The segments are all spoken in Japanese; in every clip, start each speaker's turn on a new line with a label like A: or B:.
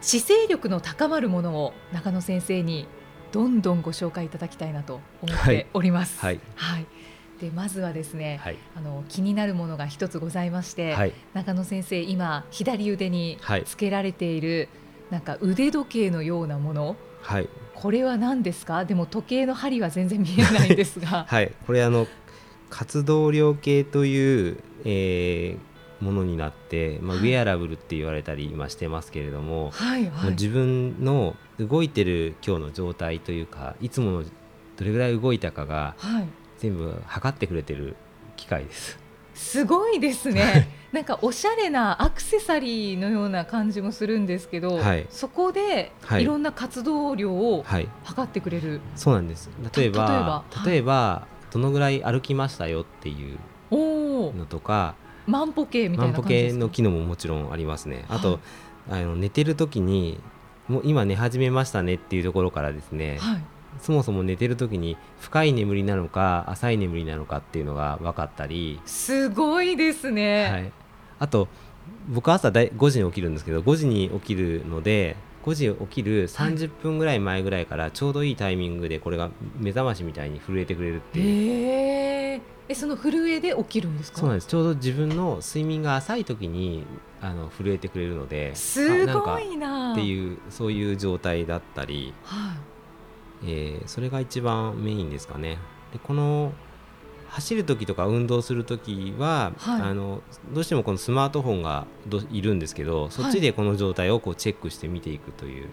A: 姿勢力の高まるものを中野先生にどんどんご紹介いただきたいなと思っ
B: は
A: て
B: い
A: おります。
B: はい
A: はいでまずはですね、
B: はい、
A: あの気になるものが一つございまして、
B: はい、
A: 中野先生今左腕に
B: はい
A: つけられている、なんか腕時計のようなもの
B: はい、
A: これは何ですかでも時計の針は全然見えないんですが
B: はい、これあの活動量計という、えーものになって、まあ、ウ
A: はい
B: ェアラブルって言われたり今してますけれども、
A: はいは
B: も
A: い
B: う自分の動いてる今日の状態というか、いつものどれぐらい動いたかが
A: はい
B: 全部測ってくれてる機械です。
A: すごいですね。なんかおしゃれなアクセサリーのような感じもするんですけど、
B: はい
A: そこで
B: はい
A: いろんな活動量を
B: はい、
A: 測ってくれる。
B: そうなんです。例えば
A: た、例
B: 例
A: え
B: えば、どのぐらい歩きましたよっていう
A: おお、
B: のとか、
A: 万歩計みたい
B: 万
A: な
B: 歩
A: 感じで
B: 計
A: すか。
B: の機能ももちろんありますね。あ
A: は
B: と、あの寝てる時にもう今寝始めましたねっていうところからですね、
A: はい。
B: そもそも寝てる時に深い眠りなのか浅い眠りなのかっていうのが分かったり、
A: すごいです
B: は
A: ね。
B: い、あと僕朝だい5時に起きるんですけど5時に起きるので5時起きる30分ぐらい前ぐらいからちょうどいいタイミングでこれが目覚ましみたいに震えてくれるっていう。
A: へえ。え、その震えで起きるんですか。
B: そうなんですちょうど自分の睡眠が浅い時にあの震えてくれるのですあなんか
A: ごいな。
B: っていうそういう状態だったり、
A: はい。
B: えーそれが一番メインですかねでこの走る時とか運動する時は、
A: はい
B: あのどうしてもこのスマートフォンがどいるんですけどそっちでこの状態をこうチェックして見ていくという、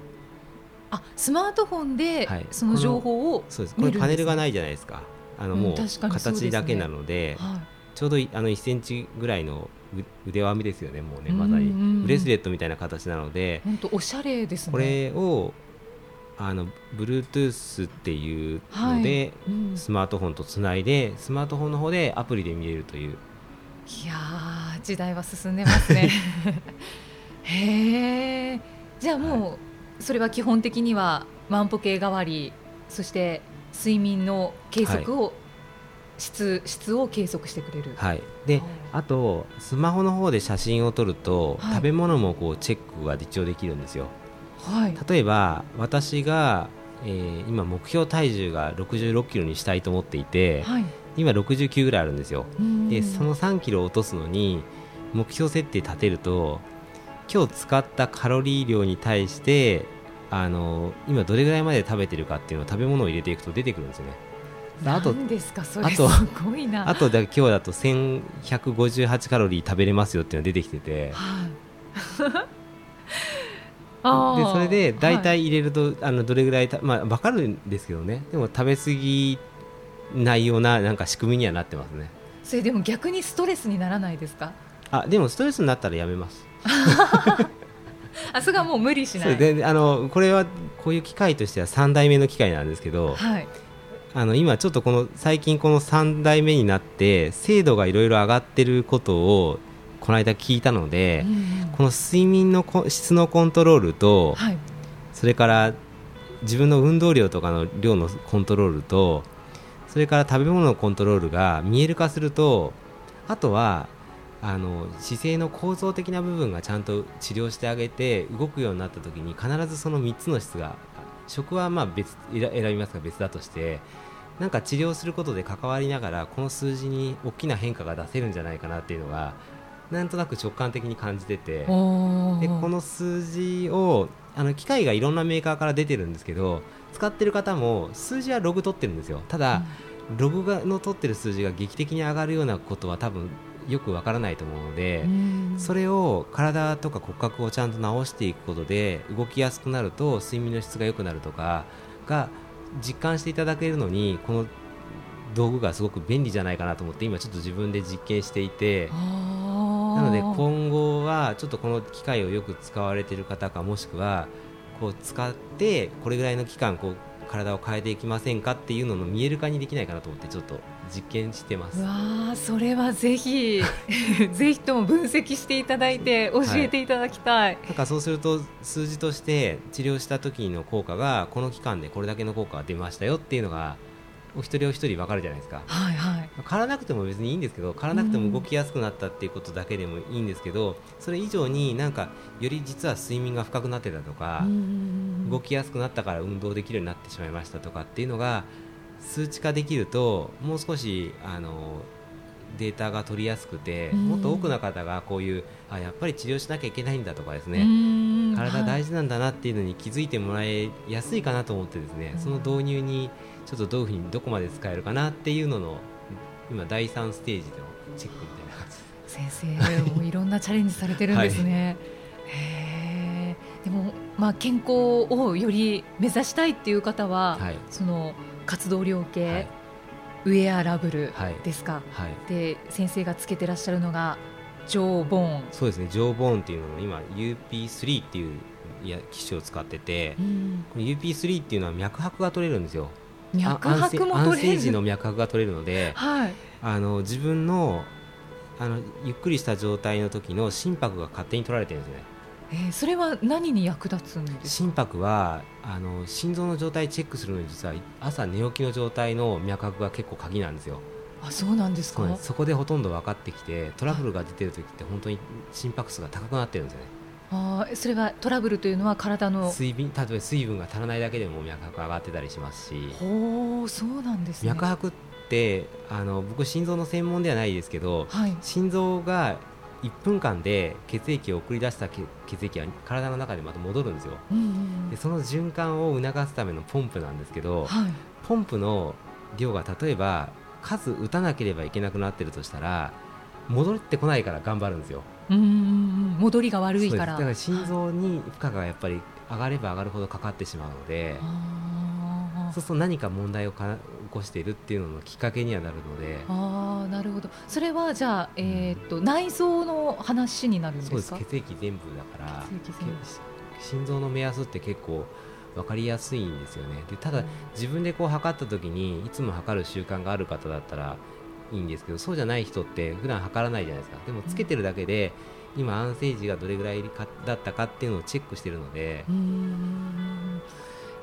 A: あ、スマートフォンで
B: はい
A: その情報を。
B: そうですこ
A: 見るんで
B: れ
A: すね
B: パネルがないじゃないですかあの
A: うん
B: もう
A: 確かにそうですね
B: 形だけなので,、
A: はい。
B: ちょうどいあの1センチぐらいのう腕輪編みですよねもうねま
A: うん
B: さ
A: うんうん
B: にブレスレットみたいな形なので、
A: 本当おしゃれですね。
B: これをあの Bluetooth っていう
A: は
B: の
A: い
B: で、
A: うん。
B: スマートフォンとつないでスマートフォンの方でアプリで見れるという
A: いやー時代は進んでます ね。へえ。じゃあもう、それは基本的には万歩計代わり、そして睡眠の計測を、質質を計測してくれる。
B: はいであとスマホの方で写真を撮ると、
A: はい
B: 食べ物もこうチェックが一応できるんですよ
A: はい。
B: 例えば私が、えー今目標体重が6 6キロにしたいと思っていて、
A: はい。
B: 今69ぐらいあるんですよ
A: うん
B: でその3キロ落とすのに目標設定立てると今日使ったカロリー量に対してあの今どれぐらいまで食べてるかっていうのを食べ物を入れていくと出てくるんですよねであ
A: な
B: と
A: んですかそれ
B: あ
A: す
B: と
A: ごいな。
B: あとだ今日だと1158カロリー食べれますよっていうのが出てきてて
A: はい。あ
B: で
A: ー
B: それで大
A: はい
B: 体入れると、あのどれぐらいた、まあ、分かるんですけどねでも食べ過ぎないようななんか仕組みにはなってますね
A: それでも逆にストレスにならないですか。
B: あでもストレスになったらやめます
A: あそれはもう無理しな
B: そう
A: い。
B: であのこれはこういう機械としては3代目の機械なんですけど、
A: はい。
B: あの今ちょっとこの最近この3代目になって精度がいろいろ上がってることをこの間聞いたので、
A: うんうん
B: この睡眠のこ質のコントロールと、
A: はい。
B: それから自分の運動量とかの量のコントロールとそれから食べ物のコントロールが見える化するとあとはあの姿勢の構造的な部分がちゃんと治療してあげて動くようになった時に必ずその3つの質が食はまあ別選選びますが別だとしてなんか治療することで関わりながらこの数字に大きな変化が出せるんじゃないかなっていうのがなんとなく直感的に感じてて。
A: おー
B: でこの数字をあの機械がいろんなメーカーから出てるんですけど使ってる方も数字はログ取ってるんですよただ、ログがの取ってる数字が劇的に上がるようなことは多分よくわからないと思うので、
A: うん
B: それを体とか骨格をちゃんと直していくことで動きやすくなると睡眠の質が良くなるとかが実感していただけるのにこの道具がすごく便利じゃないかなと思って今ちょっと自分で実験していて。
A: な
B: なので今後はちょっとこの機械をよく使われている方かもしくはこう使ってこれぐらいの期間こう体を変えていきませんかっていうのの見える化にできないかなと思ってちょっと実験してます。
A: うわあそれはぜひ ぜひとも分析していただいて教えていただきたい、
B: なんかそうすると数字として治療した時の効果がこの期間でこれだけの効果が出ましたよっていうのがお一人お一人分かるじゃないですか
A: はい、はい
B: 狩らなくても別にいいんですけど狩らなくても動きやすくなったっていうことだけでもいいんですけどそれ以上になんかより実は睡眠が深くなってたとか
A: うんうんうん
B: 動きやすくなったから運動できるようになってしまいましたとかっていうのが数値化できるともう少しあのデータが取りやすくて
A: うん
B: もっと多くの方がこういうあやっぱり治療しなきゃいけないんだとかですね、
A: うんうん
B: 体
A: はい
B: 大事なんだなっていうのに気づいてもらいやすいかなと思ってですね、
A: うん
B: その導入にちょっとどういうふうにどこまで使えるかなっていうのの今第3ステージのチェックみたいな感じ
A: 先生もいろんなチャレンジされてるんです ね、へえでもまあ健康をより目指したいっていう方は、
B: はい
A: その活動量計、
B: はい
A: ウェアラブル
B: はい
A: ですか、
B: はい
A: で先生がつけてらっしゃるのが常盆
B: そうですねジョーボーンっていうのの今 UP3 っていういや機種を使ってて、
A: うん
B: この UP3 っていうのは脈拍が取れるんですよ
A: 脈
B: あ安静
A: 拍も取れ
B: 安静時
A: る
B: の脈拍が取れるので
A: はい
B: あの自分のあのゆっくりした状態の時の心拍が勝手に取られてるんですよね
A: えーそれは何に役立つんです
B: 心拍はあの心臓の状態チェックするのに実は朝寝起きの状態の脈拍が結構鍵なんですよ
A: あそうなんです
B: そ
A: か
B: うなんですそこでほとんど分かってきてトラブルが出てる時って本当に心拍数が高くなってるんですよね
A: あーそれはトラブルというのは体の
B: 水分例えば水分が足らないだけでも脈拍が上がってたりしますし
A: ほうそうなんですね
B: 脈拍ってあの僕心臓の専門ではないですけど
A: はい
B: 心臓が1分間で血液を送り出した血血液は体の中でまた戻るんですよ
A: うんうん
B: でその循環を促すためのポンプなんですけ
A: うん
B: ど
A: はい
B: ポンプの量が例えば数打たなければいけなくなってるとしたら戻ってこないから頑張るんですよ
A: うんうんうん戻りが悪いから
B: そうですだから心
A: はい
B: 臓に負荷がやっぱり上がれば上がるほどかかってしまうので
A: あー
B: そうすると何か問題をか起こしているっていうののきっかけにはなるので
A: あーなるほどそれはじゃあ、えーっと内臓の話になるんです
B: そ
A: か
B: うです血液全部だから
A: 血液全部
B: け心臓の目安って結構分かりやすいんですよねでただ自分でこう測った時にいつも測る習慣がある方だったらいいんですけどそうじゃない人って普段測らないじゃないですかでもつけてるだけで、今安静時がどれぐらいかだったかっていうのをチェックしてるので
A: う、ーん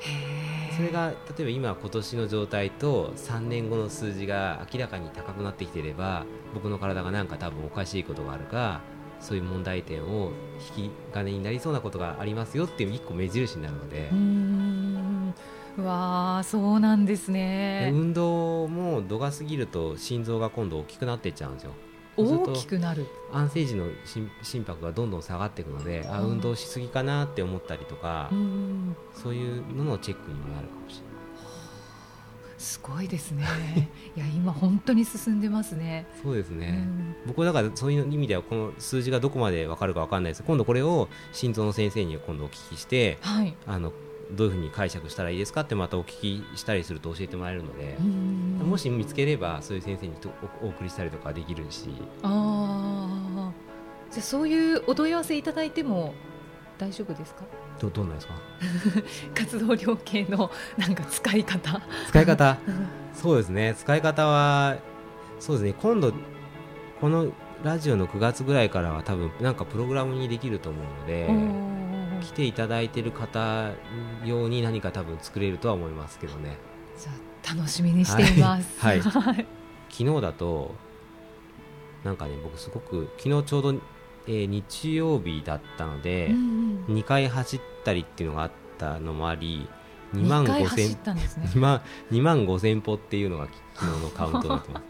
A: へー
B: それが例えば今今年の状態と3年後の数字が明らかに高くなってきていれば僕の体がなんか多分おかしいことがあるかそういう問題点を引き金になりそうなことがありますよっていう一個目印になるので
A: うー、んうわあそうなんです
B: で
A: ね
B: 運動も度が過ぎると心臓が今度大きくなっていっちゃうんですよ
A: 大きくなる
B: 安静時の心心拍がどんどん下がっていくのであ
A: うん
B: 運動しすぎかなって思ったりとか、
A: うーん
B: そういうののチェックにもなるかもしれな
A: すごいですねいや今本当に進んでますね
B: いそうです
A: う
B: ね、
A: ん
B: 僕はだからそういう意味ではこの数字がどこまで分かるか分かんないです今度これを心臓の先生に今度お聞きして
A: はい
B: あのどういうふうに解釈したらいいですかってまたお聞きしたりすると教えてもらえるので
A: うー、ん
B: もし見つければそういう先生にとおお送りしたりとかできるし
A: ああじゃあそういうお問い合わせいただいても大丈夫ですか
B: どどうなんですか
A: 活動量計の なんか使い方
B: 使い方そうですね使い方はそうですね今度このラジオの9月ぐらいからは多分なんかプログラムにできると思うので
A: おー
B: 来ていただいてる方用に何か多分作れるとは思いますけどね
A: じゃあ楽しみにしています
B: はい
A: はい
B: 昨日だとなんかね僕すごく昨日ちょうど、えー日曜日だったので
A: うん、うん
B: 2回走ったりっていうのがあったのもあり2万
A: 二回走っ
B: 5000
A: たんですね
B: 2万2万5000歩っていうのが昨日のカウントになってま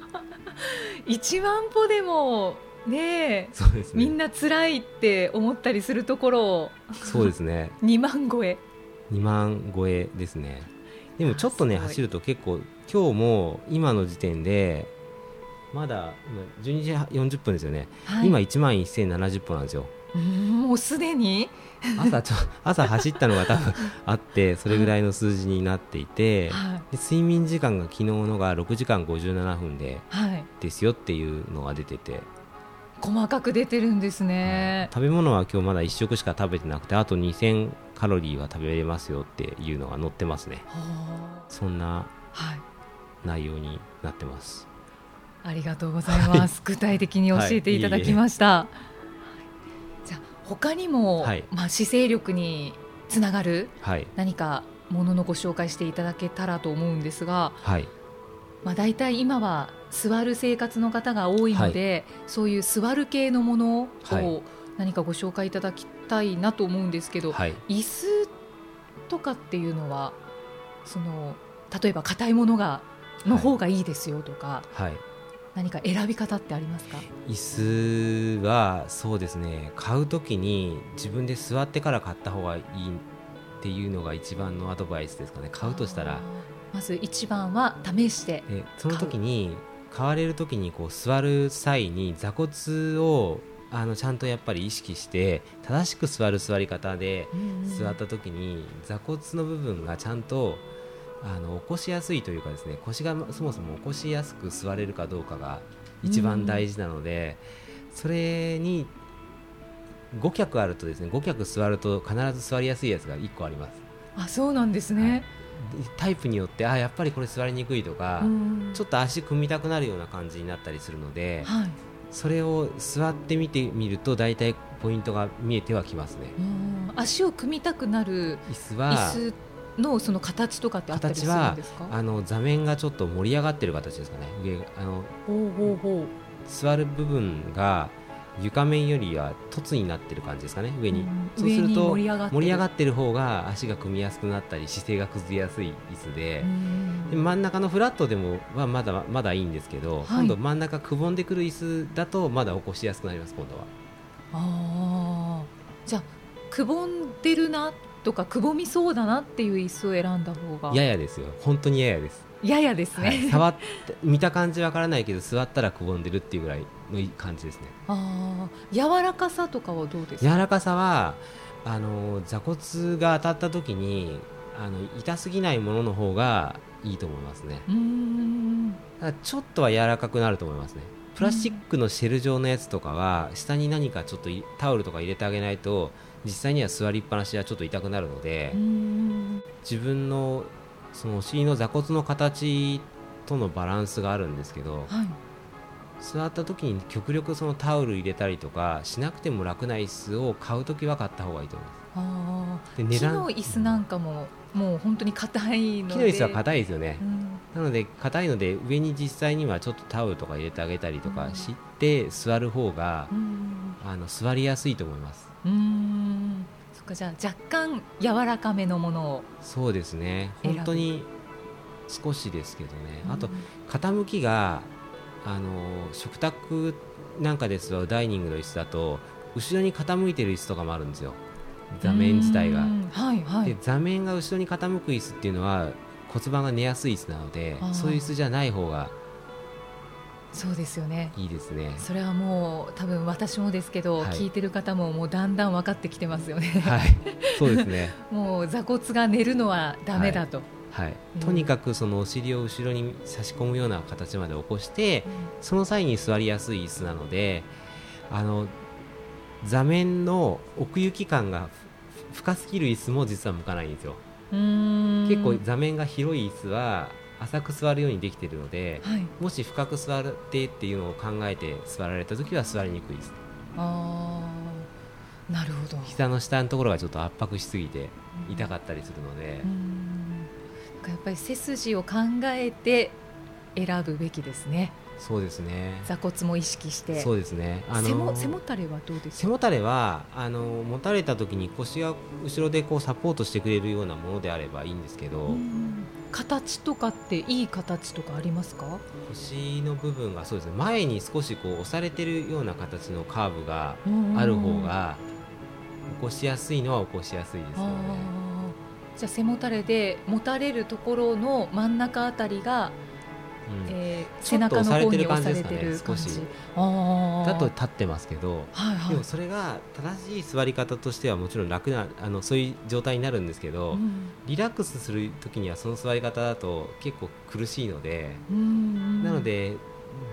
B: す
A: 1万歩でもねえ
B: そうですね
A: みんな辛いって思ったりするところを
B: そうですね
A: 2万超え
B: 2万超えですねでもちょっとね
A: あすごい
B: 走ると結構今日も今の時点でまだ今12時40分ですよね、
A: はい
B: 今1万1070歩なんです よ
A: うーんもうすでに
B: 朝ちょ朝走ったのが多 分あってそれぐらいの数字になっていて
A: はい
B: で睡眠時間が昨日のが6時間57分で
A: はい
B: ですよっていうのが出てて
A: 細かく出てるんですね。
B: 食べ物は今日まだ1食しか食べてなくてあと2000カロリーは食べれますよっていうのが載ってますね
A: は
B: そん
A: あ
B: な
A: はい、
B: 内容になってます
A: ありがとうございます。具体的に教えていただきました。はいじゃあ他にも、
B: はい
A: まあ姿勢力につながる
B: はい
A: 何かもののご紹介していただけたらと思うんですが、
B: はい
A: まあだいたい今は座る生活の方が多いので、そういう座る系のものを
B: はい
A: 何かご紹介いただきたいなと思うんですけど、
B: はい
A: 椅子とかっていうのはその例えば硬いものがの方がいいですよとか、
B: はい
A: 何か選び方ってありますか
B: 椅子はそうですね買う時に自分で座ってから買った方がいいっていうのが一番のアドバイスですかね買うとした
A: あー
B: ら
A: まず一番は試して
B: でその時に買われる時にこう座る際に座骨をあのちゃんとやっぱり意識して正しく座る座り方で座った時に座骨の部分がちゃんとあの起こしやすいというかですね腰がそもそも起こしやすく座れるかどうかが一番大事なので、それに5脚あるとですね5脚座ると必ず座りやすいやつが1個あります
A: あそうなんですね、
B: でタイプによってあやっぱりこれ座りにくいとか、ちょ
A: っ
B: っと足組みたくなるような感じになったりするので
A: はい
B: それを座ってみてみると大体ポイントが見えてはきますね
A: うん足を組みたくなる
B: 椅子は
A: 椅子のその形とかってあったりするんですか
B: あの座面がちょっと盛り上がってる形ですかね上があの
A: ほうほうほう
B: 座る部分が床面よりは凸になってる感じですかね上に、
A: うん
B: そうすると
A: 上に盛り上がってる
B: 盛り上がってる方が足が組みやすくなったり姿勢が崩れやすい椅子で
A: う,ん
B: で、真ん中のフラットでもはまだまだいいんですけど、
A: はい
B: 今度真ん中くぼんでくる椅子だとまだ起こしやすくなります今度は
A: あーじゃあくぼんでるなとかくぼみそうだなっていう椅子を選んだ方が
B: ややですよ本当にややです、
A: ややですね、
B: はい、触って見た感じわからないけど座ったらくぼんでるっていうぐらいのいい感じですね
A: あー柔らかさとかはどうですか
B: 柔らかさはあの座骨が当たった時にあの痛すぎないものの方がいいと思いますね
A: うーん
B: ただちょっとは柔らかくなると思いますねプラスチックのシェル状のやつとかは下に何かちょっといタオルとか入れてあげないと実際には座りっぱなしはちょっと痛くなるので
A: うーん
B: 自分のそのお尻の座骨の形とのバランスがあるんですけど
A: はい
B: 座った時に極力そのタオル入れたりとかしなくても楽な椅子を買う時は買った方がいいと思います
A: あ
B: で
A: ー
B: 値
A: 木
B: 段
A: の椅子なんかも、もう本当に硬いので
B: 木の椅子は硬いですよね
A: う、ん
B: なので硬いので上に実際にはちょっとタオルとか入れてあげたりとかして座る方が
A: う、ん
B: あの座りやすいと思います
A: うーんそっかじゃあ若干柔らかめのものを
B: そうですね
A: 選ぶ
B: 本当に少しですけどね、あと
A: うん
B: 傾きがあの食卓なんかで座うダイニングの椅子だと後ろに傾いてる椅子とかもあるんですよ座面自体が
A: うーんはいは
B: で
A: い
B: 座面が後ろに傾く椅子っていうのは骨盤が寝やすい椅子なので
A: あー
B: そういう椅子じゃない方が
A: そうですよね
B: いいですね
A: それはもう多分私もですけど、
B: はい
A: 聞いてる方ももうだんだん分かってきてますよね、
B: はい、そうですね。
A: もう座骨が寝るのはダメだと、
B: はい
A: うん、
B: とにかくそのお尻を後ろに差し込むような形まで起こして、その際に座りやすい椅子なので、あの座面の奥行き感がふ深すぎる椅子も実は向かないんですよ。
A: うーん
B: 結構座面が広い椅子は浅く座るようにできているので、
A: はい
B: もし深く座ってっていうのを考えて座られた時は座りにくいです。
A: あーなるほど
B: 膝の下のところがちょっと圧迫しすぎて痛かったりするので
A: う、んなんかやっぱり背筋を考えて選ぶべきですね
B: そうですね。
A: 座骨も意識して
B: そうですね。あの
A: 背も背もたれはどうです
B: 背
A: か
B: もたれはあの持たれた時に腰が後ろでこうサポートしてくれるようなものであればいいんですけど、
A: うん形とかっていい形とかありますか
B: 腰の部分がそうですね前に少しこう押されてるような形のカーブがある方が起こしやすいのは起こしやすいですよ
A: あ
B: ね。
A: ーじゃあ背もたれで持たれるところの真ん中あたりが、
B: うん
A: えー
B: ちょ
A: 背
B: っ
A: 中
B: と
A: の
B: 押され
A: 方
B: て
A: に
B: る
A: 押
B: 感じ
A: さ
B: で
A: れ
B: すか
A: て
B: ね
A: る感じ
B: 少し
A: あー
B: だと立ってますけど。
A: はいはい
B: でもそれが正しい座り方としてはもちろん楽なあのそういう状態になるんですけど、
A: うん
B: リラックスする時にはその座り方だと結構苦しいので、
A: うん
B: なので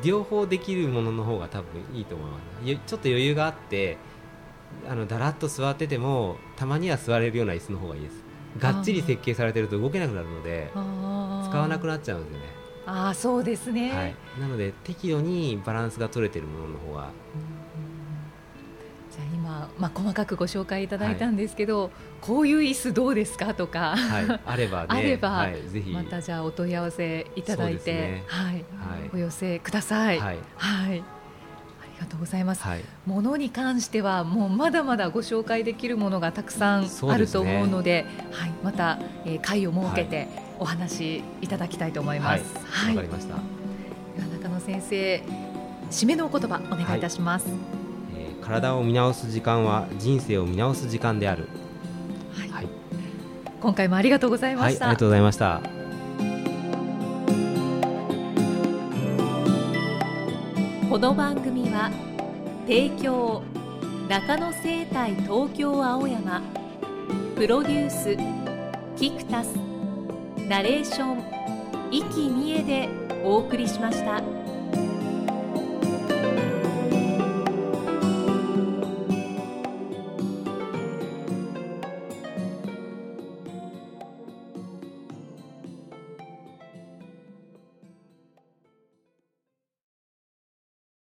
B: 両方できるものの方が多分いいと思いますゆちょっと余裕があってあのだらっと座っててもたまには座れるような椅子の方がいいですがっちり設計されてると動けなくなるので
A: 使
B: 使わなく
A: な
B: なっちゃうんですよね、
A: ああそうですね、
B: はい、なので適度にバランスが取れてるものの方が
A: じゃあ今、まあ、細かくご紹介いただいたんですけど、こういう椅子どうですかとか
B: はい、あれば ね
A: あれば
B: はい、ぜひ、
A: またじゃあお問い合わせいただい
B: そう
A: て、
B: ですね
A: はい
B: はい
A: お寄せください。
B: はい
A: はいありがとうございます、
B: はい
A: ものに関してはもうまだまだご紹介できるものがたくさん
B: そう
A: あ
B: で
A: る
B: す
A: と
B: ね
A: 思うのではい、また、えー会を設けてお話しいただきたいと思いま
B: はい
A: す。
B: わか
A: はい
B: りました、
A: では中野先生締めのお言葉お願いいたします。
B: えー体を見直す時間は人生を見直す時間である
A: はい
B: はい、
A: 今回もありがとうございま
B: はい、あ
A: し
B: り
A: た。
B: がとうございました
A: この番組は提供中野生態東京青山プロデュースキクタスナレーション生きみえでお送りしました。